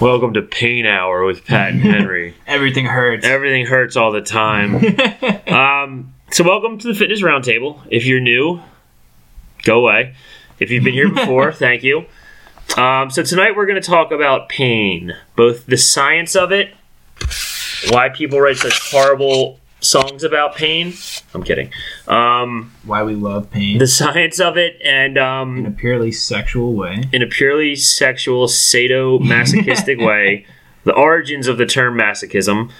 Welcome to Pain Hour with Pat and Henry. Everything hurts. Everything hurts all the time. um, so, welcome to the Fitness Roundtable. If you're new, go away. If you've been here before, thank you. Um, so, tonight we're going to talk about pain, both the science of it, why people write such horrible songs about pain. I'm kidding. Um, Why we love pain the science of it, and um, in a purely sexual way. in a purely sexual, sadomasochistic way, the origins of the term masochism,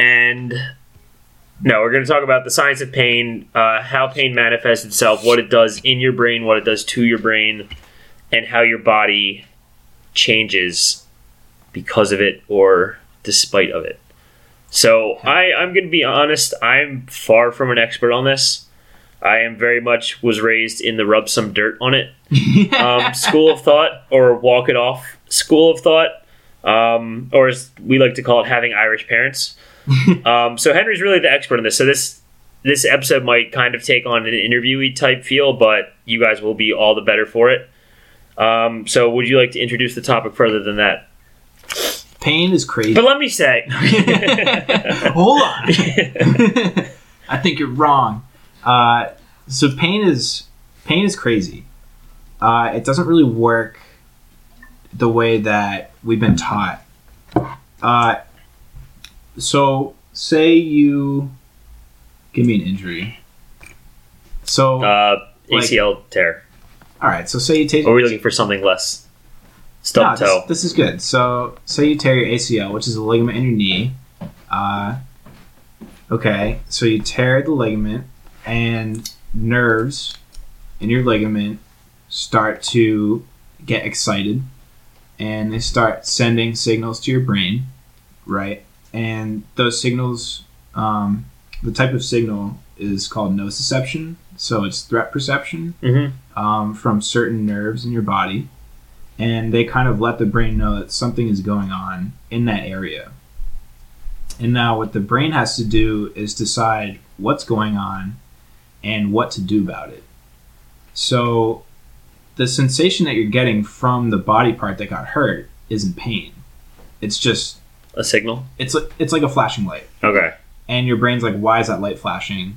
and no, we're going to talk about the science of pain, uh, how pain manifests itself, what it does in your brain, what it does to your brain, and how your body changes because of it or despite of it. So I, I'm going to be honest. I'm far from an expert on this. I am very much was raised in the rub some dirt on it um, school of thought or walk it off school of thought um, or as we like to call it having irish parents um, so henry's really the expert on this so this this episode might kind of take on an interviewee type feel but you guys will be all the better for it um, so would you like to introduce the topic further than that Pain is crazy. but let me say Hold on. I think you're wrong. Uh, so pain is pain is crazy. Uh, it doesn't really work the way that we've been taught. Uh, so say you give me an injury. So uh, oh, Like- acl tear all right. So say you take. or are we looking for something less No, stub this, toe this is good. So, say you tear your ACL, which is a ligament in your knee. Uh, okay, so you tear the ligament, and nerves in your ligament start to get excited, and they start sending signals to your brain, right? And those signals, um, the type of signal is called nociception. So it's threat perception Mhm. um, from certain nerves in your body, and they kind of let the brain know that something is going on in that area. And now, what the brain has to do is decide what's going on and what to do about it. So, the sensation that you're getting from the body part that got hurt isn't pain. It's just a signal it's like it's like a flashing light okay and your brain's like, why is that light flashing?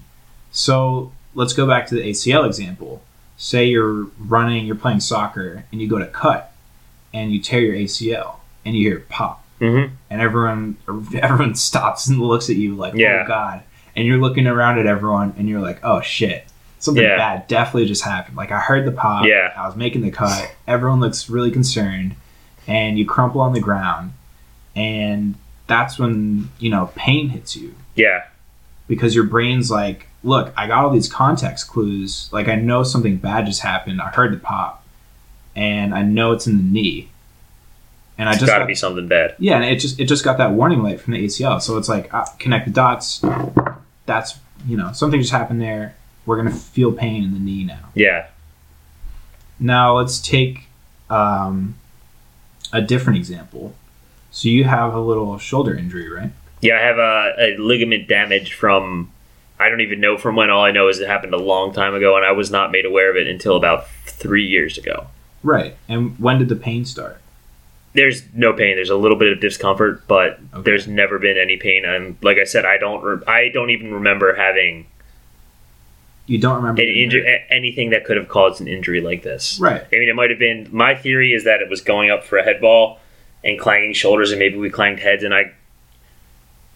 So let's go back to the ACL example. Say you're running, you're playing soccer, and you go to cut, and you tear your ACL, and you hear pop, hmm and everyone everyone stops and looks at you like, Yeah. oh god, and you're looking around at everyone, and you're like, oh shit, something Yeah. bad definitely just happened. Like I heard the pop, Yeah. I was making the cut, everyone looks really concerned, and you crumple on the ground, and that's when you know pain hits you yeah because your brain's like, look, I got all these context clues. Like, I know something bad just happened. I heard the pop, and I know it's in the knee. And I it's just gotta got- be something bad yeah, and it just it just got that warning light from the ACL. So it's like uh, connect the dots. That's you know something just happened there. We're gonna feel pain in the knee now. yeah Now let's take um, a different example. So you have a little shoulder injury, right? Yeah, I have a, a ligament damage from I don't even know from when. All I know is it happened a long time ago, and I was not made aware of it until about three years ago. Right. And when did the pain start? There's no pain. There's a little bit of discomfort, but Okay. there's never been any pain. And like I said, I don't re- I don't even remember having You don't remember. an the injury. injury, a- anything that could have caused an injury like this. Right. I mean, it might have been. My theory is that it was going up for a head ball and clanging shoulders, and maybe we clanged heads, and I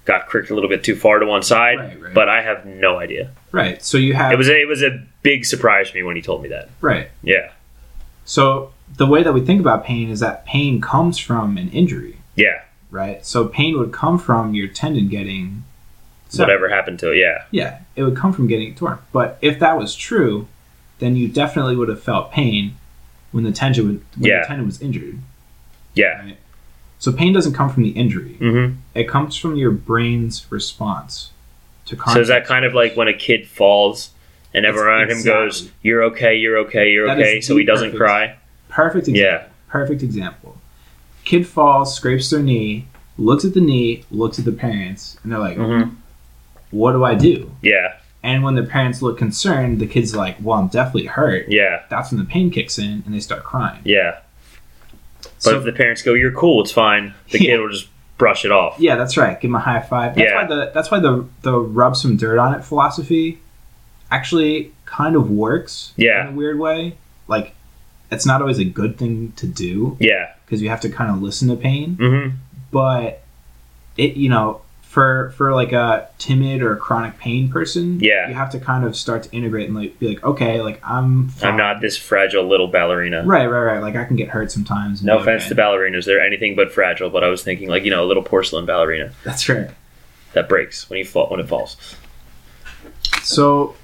got cricked a little bit too far to one side. Right, right. But I have no idea. Right. So you have It was a, it was a big surprise for me when he told me that. right. Yeah, So the way that we think about pain is that pain comes from an injury, yeah. right? So pain would come from your tendon getting severed. Whatever happened to it? Yeah, Yeah, it would come from getting torn. But if that was true, then you definitely would have felt pain when the tendon would, when Yeah. the tendon was injured. yeah. So pain doesn't come from the injury; hmm it comes from your brain's response to contact. So is that kind of like when a kid falls and It's- everyone around him goes, exactly. "You're okay, you're okay, you're That is okay," so the he doesn't perfect- cry. perfect? Example. Yeah, Perfect example. Kid falls, scrapes their knee, looks at the knee, looks at the parents, and they're like, hmm "What do I do?" yeah, And when the parents look concerned, the kid's like, well, I'm definitely hurt. yeah, That's when the pain kicks in and they start crying. yeah. But So- if the parents go, "You're cool, it's fine," the Yeah. kid will just brush it off. Yeah, that's right. Give him a high five. That's Yeah. why the that's why the the rub some dirt on it philosophy actually kind of works Yeah. in a weird way. Like it's not always a good thing to do Yeah. because you have to kind of listen to pain, hmm but it you know for for like a timid or chronic pain person, Yeah. you have to kind of start to integrate and like be like okay, like I'm fine. I'm not this fragile little ballerina. right, right, right. Like I can get hurt sometimes. and No be offense okay. to ballerinas, they're anything but fragile. But I was thinking, like you know, a little porcelain ballerina That's right. that breaks when you fall when it falls. So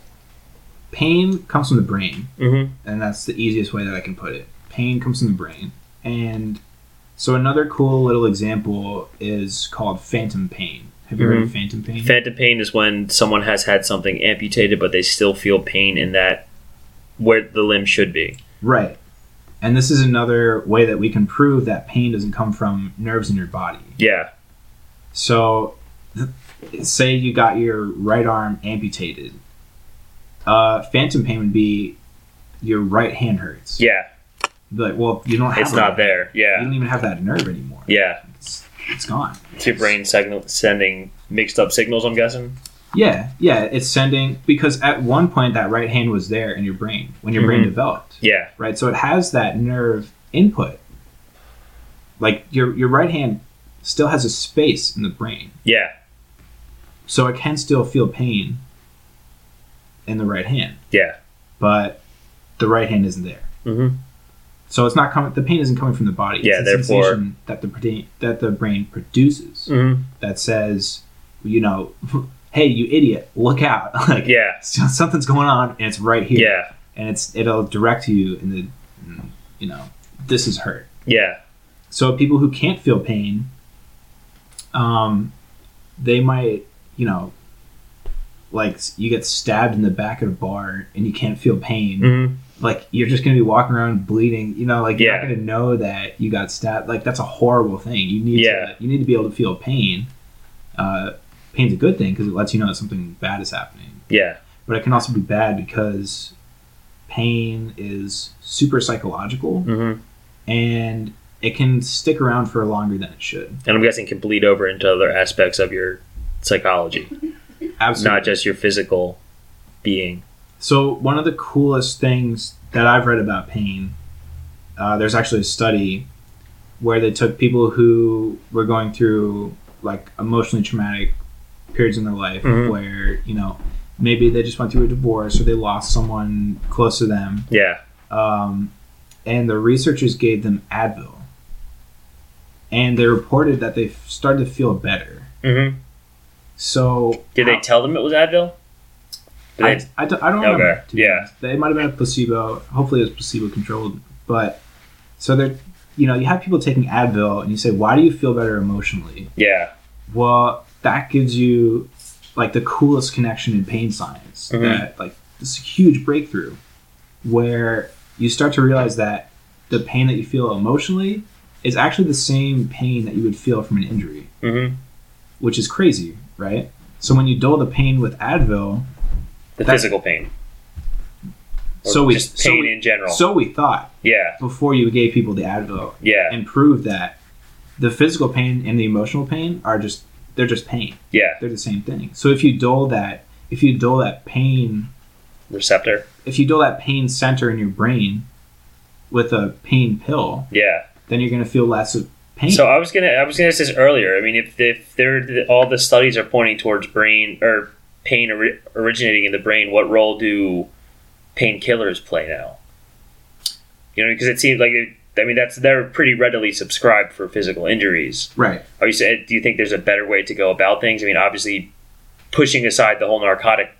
pain comes from the brain. hmm and that's the easiest way that I can put it. Pain comes from the brain. And so another cool little example is called phantom pain. Have you Mm-hmm. heard of phantom pain? Phantom pain is when someone has had something amputated, but they still feel pain in that where the limb should be. right. And this is another way that we can prove that pain doesn't come from nerves in your body. Yeah. So th- say you got your right arm amputated. Uh, phantom pain would be your right hand hurts. Yeah. You'd be like, well, you don't have It's a not right- there. You Yeah. don't even have that nerve anymore. Yeah. It's, it's gone. It's your brain signal- sending mixed up signals, I'm guessing. Yeah, yeah, it's sending because at one point that right hand was there in your brain when your brain Mhm. developed, Yeah. right? So it has that nerve input. Like your your right hand still has a space in the brain, Yeah. so it can still feel pain in the right hand, Yeah. but the right hand isn't there. Mm-hmm. So it's not coming. The pain isn't coming from the body. Yeah, it's a therefore- sensation that the brain- that the brain produces Mm-hmm. that says, you know, hey, you idiot, look out! like Yeah. so- something's going on and it's right here Yeah. and it's it'll direct you in the mm, you know this is hurt Yeah. so people who can't feel pain um they might you know like s- you get stabbed in the back at a bar and you can't feel pain Mm-hmm. like you're just gonna be walking around bleeding you know like you're not Yeah. gonna know that you got stabbed like that's a horrible thing you need Yeah. to you need to be able to feel pain uh pain's a good thing because it lets you know that something bad is happening Yeah. but it can also be bad because pain is super psychological Mm-hmm. and it can stick around for longer than it should. And I'm guessing can bleed over into other aspects of your psychology, Absolutely. not just your physical being. so one of the coolest things that I've read about pain, uh, there's actually a study where they took people who were going through like emotionally traumatic periods in their life Mhm. where you know maybe they just went through a divorce or they lost someone close to them Yeah. um, and the researchers gave them Advil, and they reported that they f- started to feel better. Mm-hmm. So Did they tell them it was Advil? Did I, they- I, don't- I don't remember. Okay, to be yeah. honest. they might have been a placebo. Hopefully, it was placebo controlled. But so they're you know you have people taking Advil, and you say, "Why do you feel better emotionally?" yeah. Well, that gives you like the coolest connection in pain science. Mhm. That like this huge breakthrough where you start to realize that the pain that you feel emotionally is actually the same pain that you would feel from an injury, Mm-hmm. which is crazy, right? So when you dull the pain with Advil, The That's- physical pain. Or so we just so pain we, in general. so we thought yeah. before you gave people the Advil Yeah. and proved that the physical pain and the emotional pain are just they're just pain. yeah. They're the same thing. So if you dull that if you dull that pain Receptor. if you dull that pain center in your brain with a pain pill, Yeah. then you're going to feel less of pain. So I was gonna I was gonna say this earlier. I mean, if if there all the studies are pointing towards brain or pain ori- originating in the brain, what role do painkillers play now? You know, because it seems like it, I mean that's they're pretty readily subscribed for physical injuries. right. Are you say do you think there's a better way to go about things? I mean, obviously, pushing aside the whole narcotic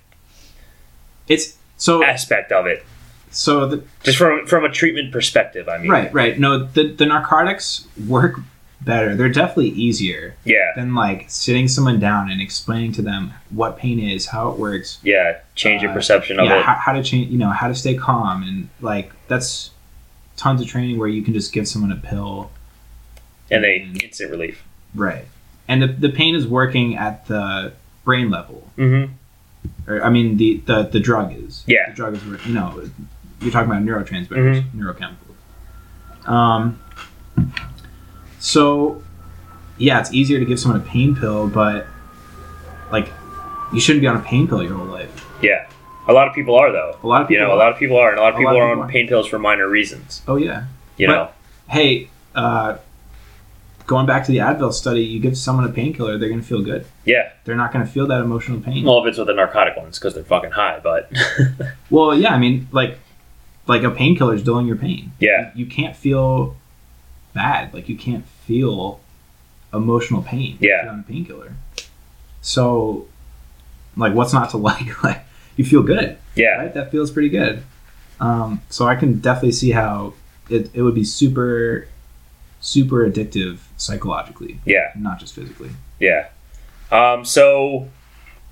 It's so aspect of it, so the just from from a treatment perspective. I mean, right, right. No, the the narcotics work better. They're definitely easier Yeah, than like sitting someone down and explaining to them what pain is, how it works, yeah, change your Uh, perception of yeah, it. How, how to change, you know, how to stay calm and like that's tons of training where you can just give someone a pill and they Mhm. instant relief. right and the, the pain is working at the brain level Mm-hmm. or I mean the the, the drug is. Yeah. The drug is you know you're talking about neurotransmitters, neurochemical. Um, So, yeah, it's easier to give someone a pain pill, but like, you shouldn't be on a pain pill your whole life. Yeah. A lot of people are though. A lot of You people. know, a lot of people are, and a lot of people are on are. pain pills for minor reasons. oh yeah. You But- know. Hey, uh, going back to the Advil study, you give someone a painkiller, they're gonna feel good. Yeah. They're not gonna feel that emotional pain. Well, if it's with the narcotic ones, because they're fucking high. But Well, yeah, I mean, like, like a painkiller is dulling your pain. yeah, You can't feel bad. Like you can't feel emotional pain. if Yeah. you're on a painkiller. So, like, what's not to like? Like, you feel good, yeah, right? That feels pretty good. Um, so I can definitely see how it, it would be super, super addictive psychologically, yeah, not just physically. yeah. Um, so,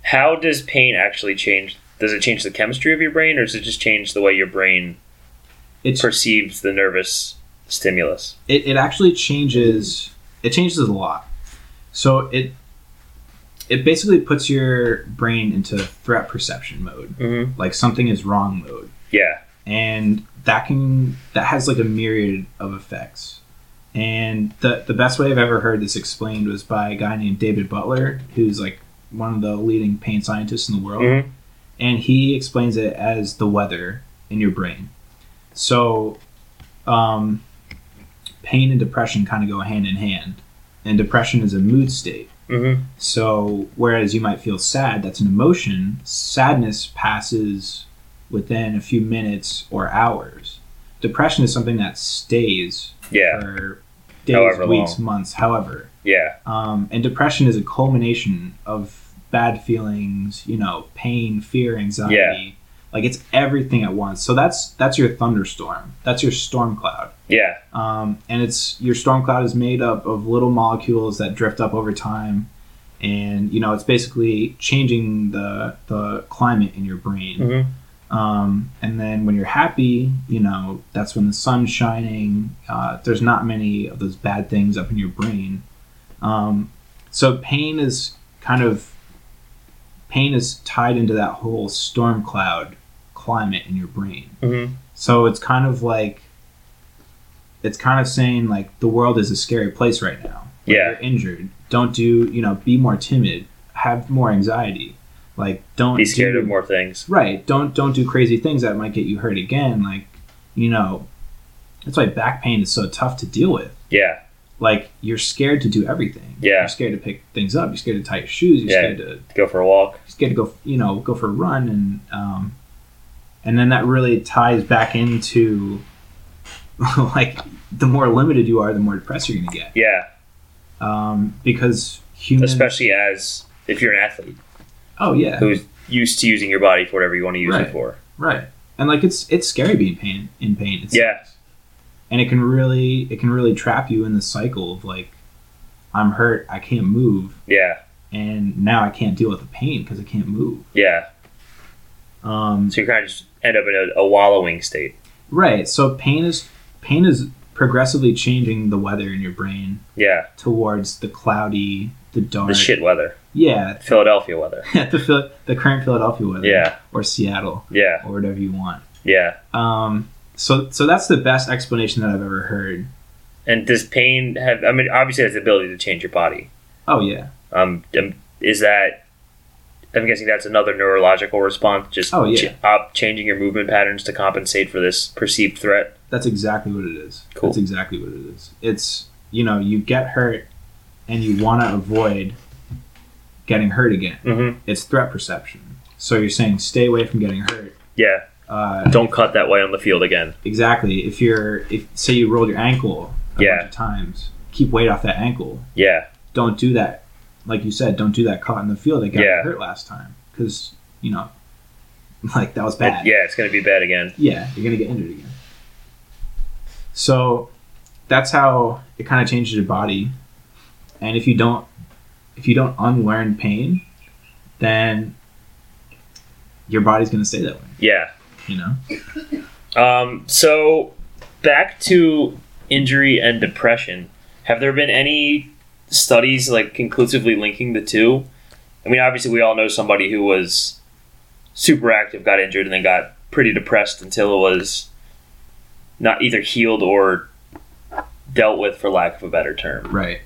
how does pain actually change? Does it change the chemistry of your brain, or does it just change the way your brain It's perceives the nervous stimulus? it, it actually changes it changes a lot so it it basically puts your brain into threat perception mode Mm-hmm. like something is wrong mode Yeah, and that can that has like a myriad of effects and the the best way i've ever heard this explained was by a guy named david butler who's like one of the leading pain scientists in the world Mhm. and he explains it as the weather in your brain so um pain and depression kind of go hand in hand and depression is a mood state mm-hmm. so, whereas you might feel sad, that's an emotion, sadness passes within a few minutes or hours. Depression is something that stays yeah, for days, However weeks, months, however. yeah, Um, and depression is a culmination of bad feelings, you know, pain, fear, anxiety. Yeah. Like it's everything at once. So that's that's your thunderstorm. That's your storm cloud yeah, um, and it's your storm cloud is made up of little molecules that drift up over time and you know it's basically changing the the climate in your brain mm-hmm. um, and then when you're happy you know that's when the sun's shining uh, there's not many of those bad things up in your brain um, so pain is kind of pain is tied into that whole storm cloud climate in your brain Mm-hmm. so it's kind of like it's kind of saying like the world is a scary place right now. Like, Yeah. You're injured. Don't do you know, be more timid, have more anxiety. Like don't be scared do, of more things. Right. Don't don't do crazy things that might get you hurt again. Like, you know that's why back pain is so tough to deal with. Yeah, Like you're scared to do everything. Yeah. You're scared to pick things up. You're scared to tie your shoes. You're Yeah. scared to go for a walk. just get to go you know go for a run and um and then that really ties back into like the more limited you are the more depressed you're gonna get Yeah, um because humans especially as if you're an athlete oh yeah who's used to using your body for whatever you want to use Right. it for. right and like it's it's scary being pain in pain it's, Yeah, and it can really it can really trap you in the cycle of like i'm hurt i can't move yeah, and now i can't deal with the pain because i can't move yeah. um So you kind of just end up in a, a wallowing state. right so pain is pain is progressively changing the weather in your brain Yeah, towards the cloudy, the dark. the shit weather, Yeah, Philadelphia weather. the Phil- the current Philadelphia weather. Yeah. Or Seattle, Yeah, or whatever you want. yeah. Um. So so that's the best explanation that I've ever heard. And does pain have? I mean, obviously, it has the ability to change your body. Oh yeah. Um, um, is that? I'm guessing that's another neurological response, just Oh, yeah. ch- up changing your movement patterns to compensate for this perceived threat. That's exactly what it is. Cool. That's exactly what it is. It's you know you get hurt, and you want to avoid getting hurt again. Mm-hmm. It's threat perception. So you're saying stay away from getting hurt. Yeah, Uh, don't cut that way on the field again. exactly. If you're if say you rolled your ankle a Yeah. bunch of times, keep weight off that ankle. Yeah, don't do that. Like you said, don't do that caught in the field that got Yeah. you hurt last time because you know, like that was It- bad. yeah, it's gonna be bad again. Yeah, you're gonna get injured again. So that's how it kind of changes your body, and if you don't, if you don't unlearn pain, then your body's gonna stay that way. Yeah. You know. Um, so back to injury and depression. Have there been any studies like conclusively linking the two? I mean, obviously, we all know somebody who was super active, got injured, and then got pretty depressed until it was not either healed or dealt with, for lack of a better term. Right.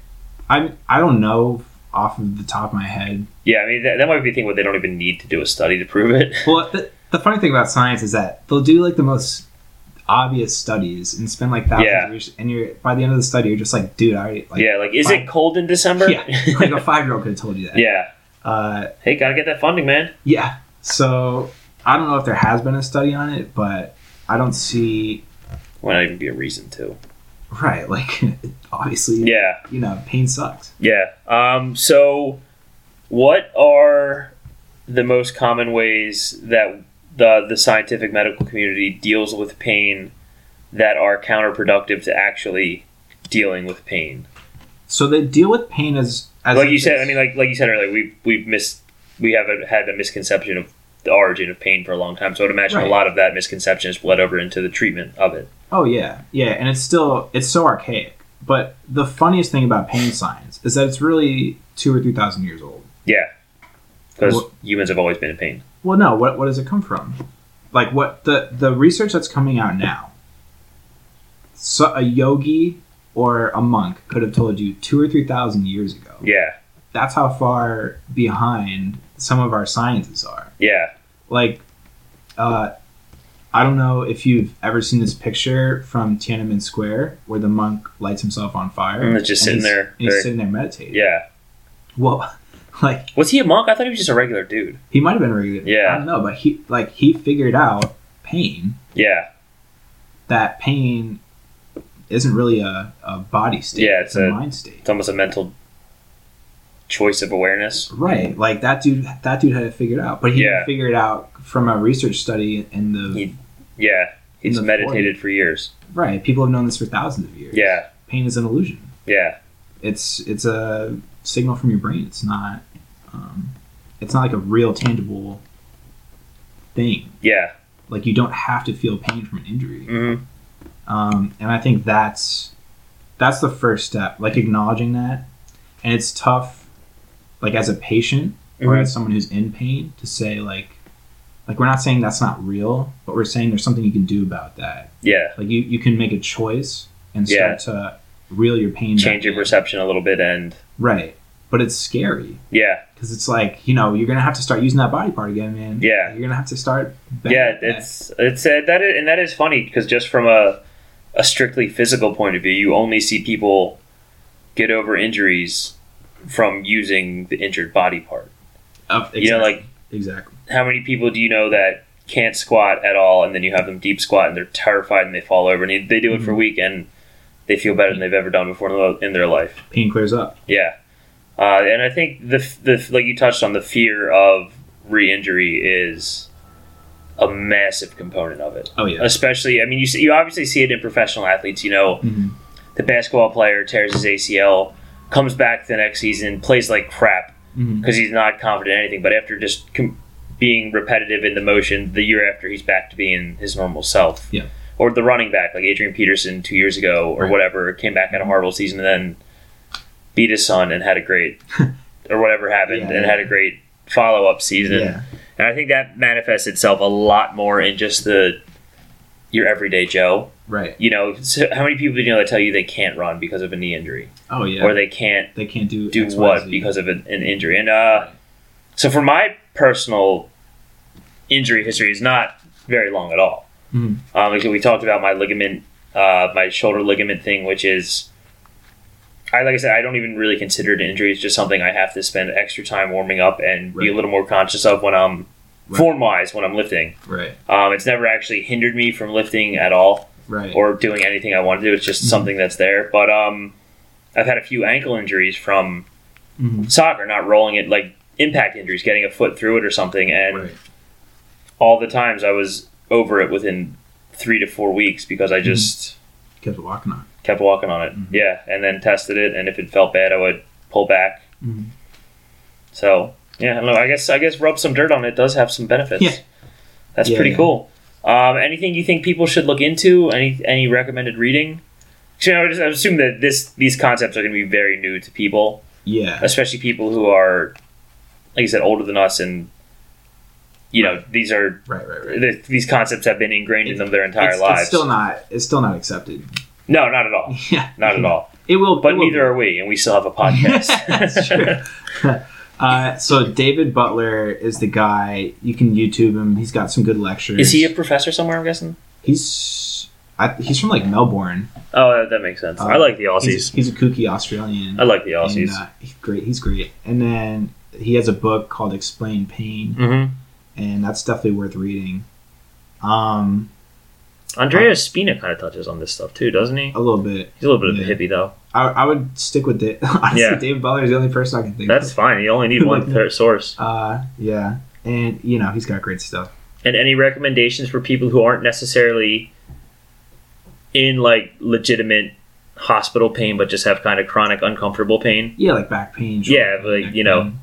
I I don't know off of the top of my head. Yeah, I mean that, that might be the thing where they don't even need to do a study to prove it. Well, the, the funny thing about science is that they'll do like the most obvious studies and spend like thousands Yeah. of years, and you're by the end of the study you're just like, dude, I already like yeah, like is fine. it cold in December? yeah, like a five year old could have told you that. yeah. Uh, Hey, gotta get that funding, man. yeah. So I don't know if there has been a study on it, but I don't see Might not even be a reason to. right. Like obviously, Yeah, you know, pain sucks. yeah. Um, so, what are the most common ways that the the scientific medical community deals with pain that are counterproductive to actually dealing with pain? So they deal with pain as as like you said, I mean, like like you said earlier, we we've missed we have a, had a misconception of the origin of pain for a long time. So I'd imagine a Right. lot of that misconception is bled over into the treatment of it. Oh yeah, yeah, and it's still it's so archaic. But the funniest thing about pain science is that it's really two or three thousand years old. Yeah, because Well- humans have always been in pain. Well, no, what what does it come from? Like what the the research that's coming out now. So a yogi or a monk could have told you two or three thousand years ago. Yeah, That's how far behind some of our sciences are. yeah, Like, uh, I don't know if you've ever seen this picture from Tiananmen Square where the monk lights himself on fire. And it's Mm, just sitting he's- there, and he's very- sitting there meditating. yeah. Well, like Was he a monk? I thought he was just a regular dude. he might have been regular. Yeah. I don't know, but he like he figured out pain. Yeah, that pain isn't really a, a body state. Yeah, it's a- mind state. it's almost a mental choice of awareness. Right. Like that dude that dude had it figured out. But he Yeah. didn't figure it out from a research study in the He- Yeah, he's In the meditated for years. Right. People have known this for thousands of years. Yeah, Pain is an illusion. yeah, It's it's a signal from your brain. It's not um, it's not like a real tangible thing. yeah. Like you don't have to feel pain from an injury. hmm um, and I think that's that's the first step, like acknowledging that. And it's tough, like as a patient or Mhm. as someone who's in pain, to say like, like we're not saying that's not real, but we're saying there's something you can do about that. Yeah, Like you, you can make a choice and start Yeah. to reel your pain. change back your in. perception a little bit, and right, but it's scary yeah, because it's like you know you're gonna have to start using that body part again, man. Yeah. you're gonna have to start. back yeah. at that. It's it's uh, that is, and that is funny because just from a a strictly physical point of view, you only see people get over injuries from using the injured body part. Of- You know, exactly. like exactly. how many people do you know that can't squat at all and then you have them deep squat and they're terrified and they fall over and they- they do it for a week and they feel better than they've ever done before in their- in their life Pain clears up. yeah uh, and i think the, f- the f- like you touched on the fear of re-injury is a massive component of it Oh yeah. especially i mean you see, you obviously see it in professional athletes you know Mhm. the basketball player tears his acl comes back the next season plays like crap Mhm. because he's not confident in anything. But after just com- being repetitive in the motion, the year after he's back to being his normal self. Yeah. Or the running back, like Adrian Peterson two years ago or Right. whatever, came back in a horrible season and then beat his son and had a great, or whatever happened, Yeah, and yeah. had a great follow up season. Yeah. And I think that manifests itself a lot more in just the your everyday Joe. Right. You know, so how many people do you know that tell you they can't run because of a knee injury Oh yeah. or they can't they can't do do X, Y, what Z. because of an, an injury. And uh, so for my personal injury history is not very long at all. Mhm. Um, because we talked about my ligament, uh, my shoulder ligament thing, which is, I like I said, I don't even really consider it an injury. It's just something I have to spend extra time warming up and be a Right. little more conscious of when I'm Right. form wise when I'm lifting. right Um, it's never actually hindered me from lifting at all right or doing anything I want to do. It's just Mhm. something that's there. But um, I've had a few ankle injuries from Mhm. soccer, not rolling it, like impact injuries, getting a foot through it or something. And right all the times I was over it within three to four weeks because Hmm. I just kept walking on kept walking on it. Mhm. Yeah. And then tested it. And if it felt bad, I would pull back. Mhm. So, yeah, I don't know. I guess, I guess rub some dirt on it does have some benefits. Yeah. That's Yeah, pretty yeah. cool. Um, anything you think people should look into? Any any recommended reading? So, you know, I just- I assume that this these concepts are going to be very new to people, yeah especially people who are, like you said, older than us, and you know these are right right right th- these concepts have been ingrained in them their entire it's, lives. it's still not it's still not accepted No, not at all. Yeah, Not at all. It will, But it will neither are we, and we still have a podcast. That's true. Uh, so David Butler is the guy. You can YouTube him. He's got some good lectures. Is he a professor somewhere? I'm guessing. he's I, he's from like Melbourne. Oh, that- that makes sense. I Uh, like the He's, Aussies. he's a kooky Australian. I like the and, Aussies. uh, he's great. He's great. And then he has a book called Explain Pain, mm-hmm. and that's definitely worth reading. Um, Andrea Spina kind of touches on this stuff too, doesn't he? a little bit. He's a little bit of a Yeah. hippie though. I, I would stick with it. Honestly, Yeah. David Butler is the only person I can think. That's of. fine. You only need one third source. Uh, yeah, and you know he's got great stuff. And any recommendations for people who aren't necessarily in like legitimate hospital pain, but just have kind of chronic uncomfortable pain? Yeah, like back pain. shoulder Yeah, pain, like, neck you know. pain.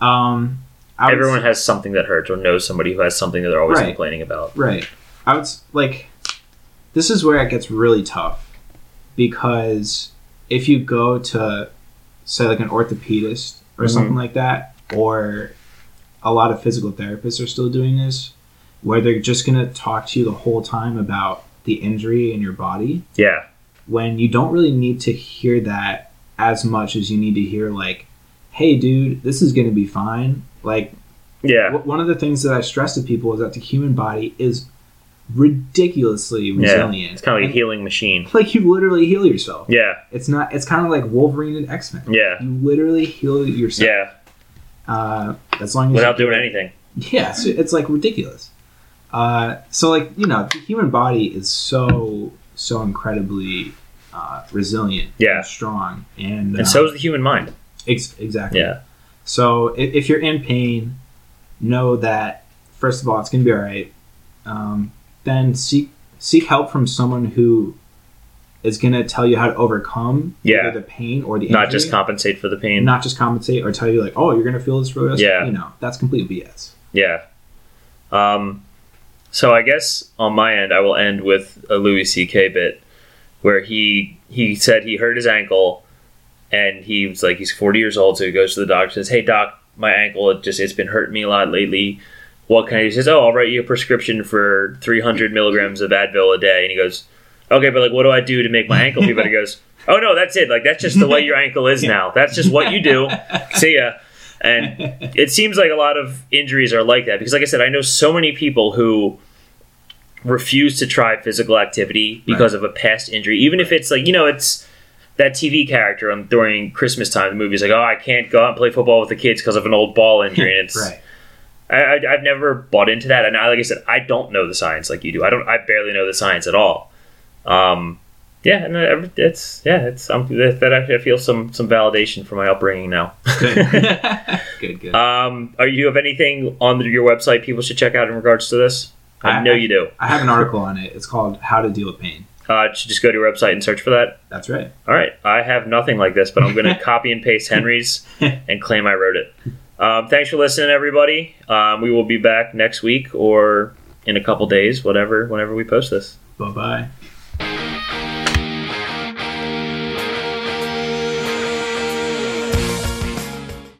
Um, I would Everyone has something that hurts or knows somebody who has something that they're always Right. complaining about. Right. I would s- like this is where it gets really tough because if you go to say like an orthopedist or Mhm. something like that or a lot of physical therapists are still doing this where they're just going to talk to you the whole time about the injury in your body Yeah. when you don't really need to hear that as much as you need to hear like hey dude this is going to be fine like Yeah. W- One of the things that I stress to people is that the human body is ridiculously resilient. It's kind of like a And, healing machine. like you literally heal yourself. Yeah. It's not. It's kind of like Wolverine and X Men. Yeah. You literally heal yourself. Yeah. Uh, as long as Without doing anything. Yeah, so it's like ridiculous. Uh, so like you know, the human body is so so incredibly uh, resilient. Yeah. and strong and uh, And so is the human mind. ex- exactly. Yeah. So if, if you're in pain, know that first of all it's gonna be all right. Um, then seek seek help from someone who is gonna tell you how to overcome Yeah. either the pain or the Not injury, just compensate for the pain. not just compensate or tell you like oh you're gonna feel this for the rest. Yeah. you know that's complete BS. Yeah. Um, so I guess on my end, I will end with a Louis C.K. bit where he he said he hurt his ankle, and he was like he's forty years old, so he goes to the doctor says, "Hey doc, my ankle it just it's been hurting me a lot lately. What can I?" do?" He says, "Oh, I'll write you a prescription for three hundred milligrams of Advil a day." And he goes, "Okay, but like, what do I do to make my ankle feel better?" He goes, "Oh no, that's it. Like that's just the way your ankle is now. That's just what you do. See ya." And it seems like a lot of injuries are like that because like i said i know so many people who refuse to try physical activity because of a past injury even if it's like you know it's that tv character on during christmas time the movie's like oh i can't go out and play football with the kids because of an old ball injury and it's Right. I, I, i've never bought into that and I, like i said i don't know the science like you do i don't i barely know the science at all um yeah, and I- it's yeah, it's I'm, that, that I feel some some validation for my upbringing now. Good. good. Good. Um, are you have anything on your website people should check out in regards to this? I, I- know I- you do. I have an article on it. It's called How to Deal with Pain. Uh, should just go to your website and search for that. That's right. All right, I have nothing like this, but I'm going to copy and paste Henry's and claim I wrote it. Um, thanks for listening, everybody. Um, we will be back next week or in a couple days, whatever, whenever we post this. Bye bye.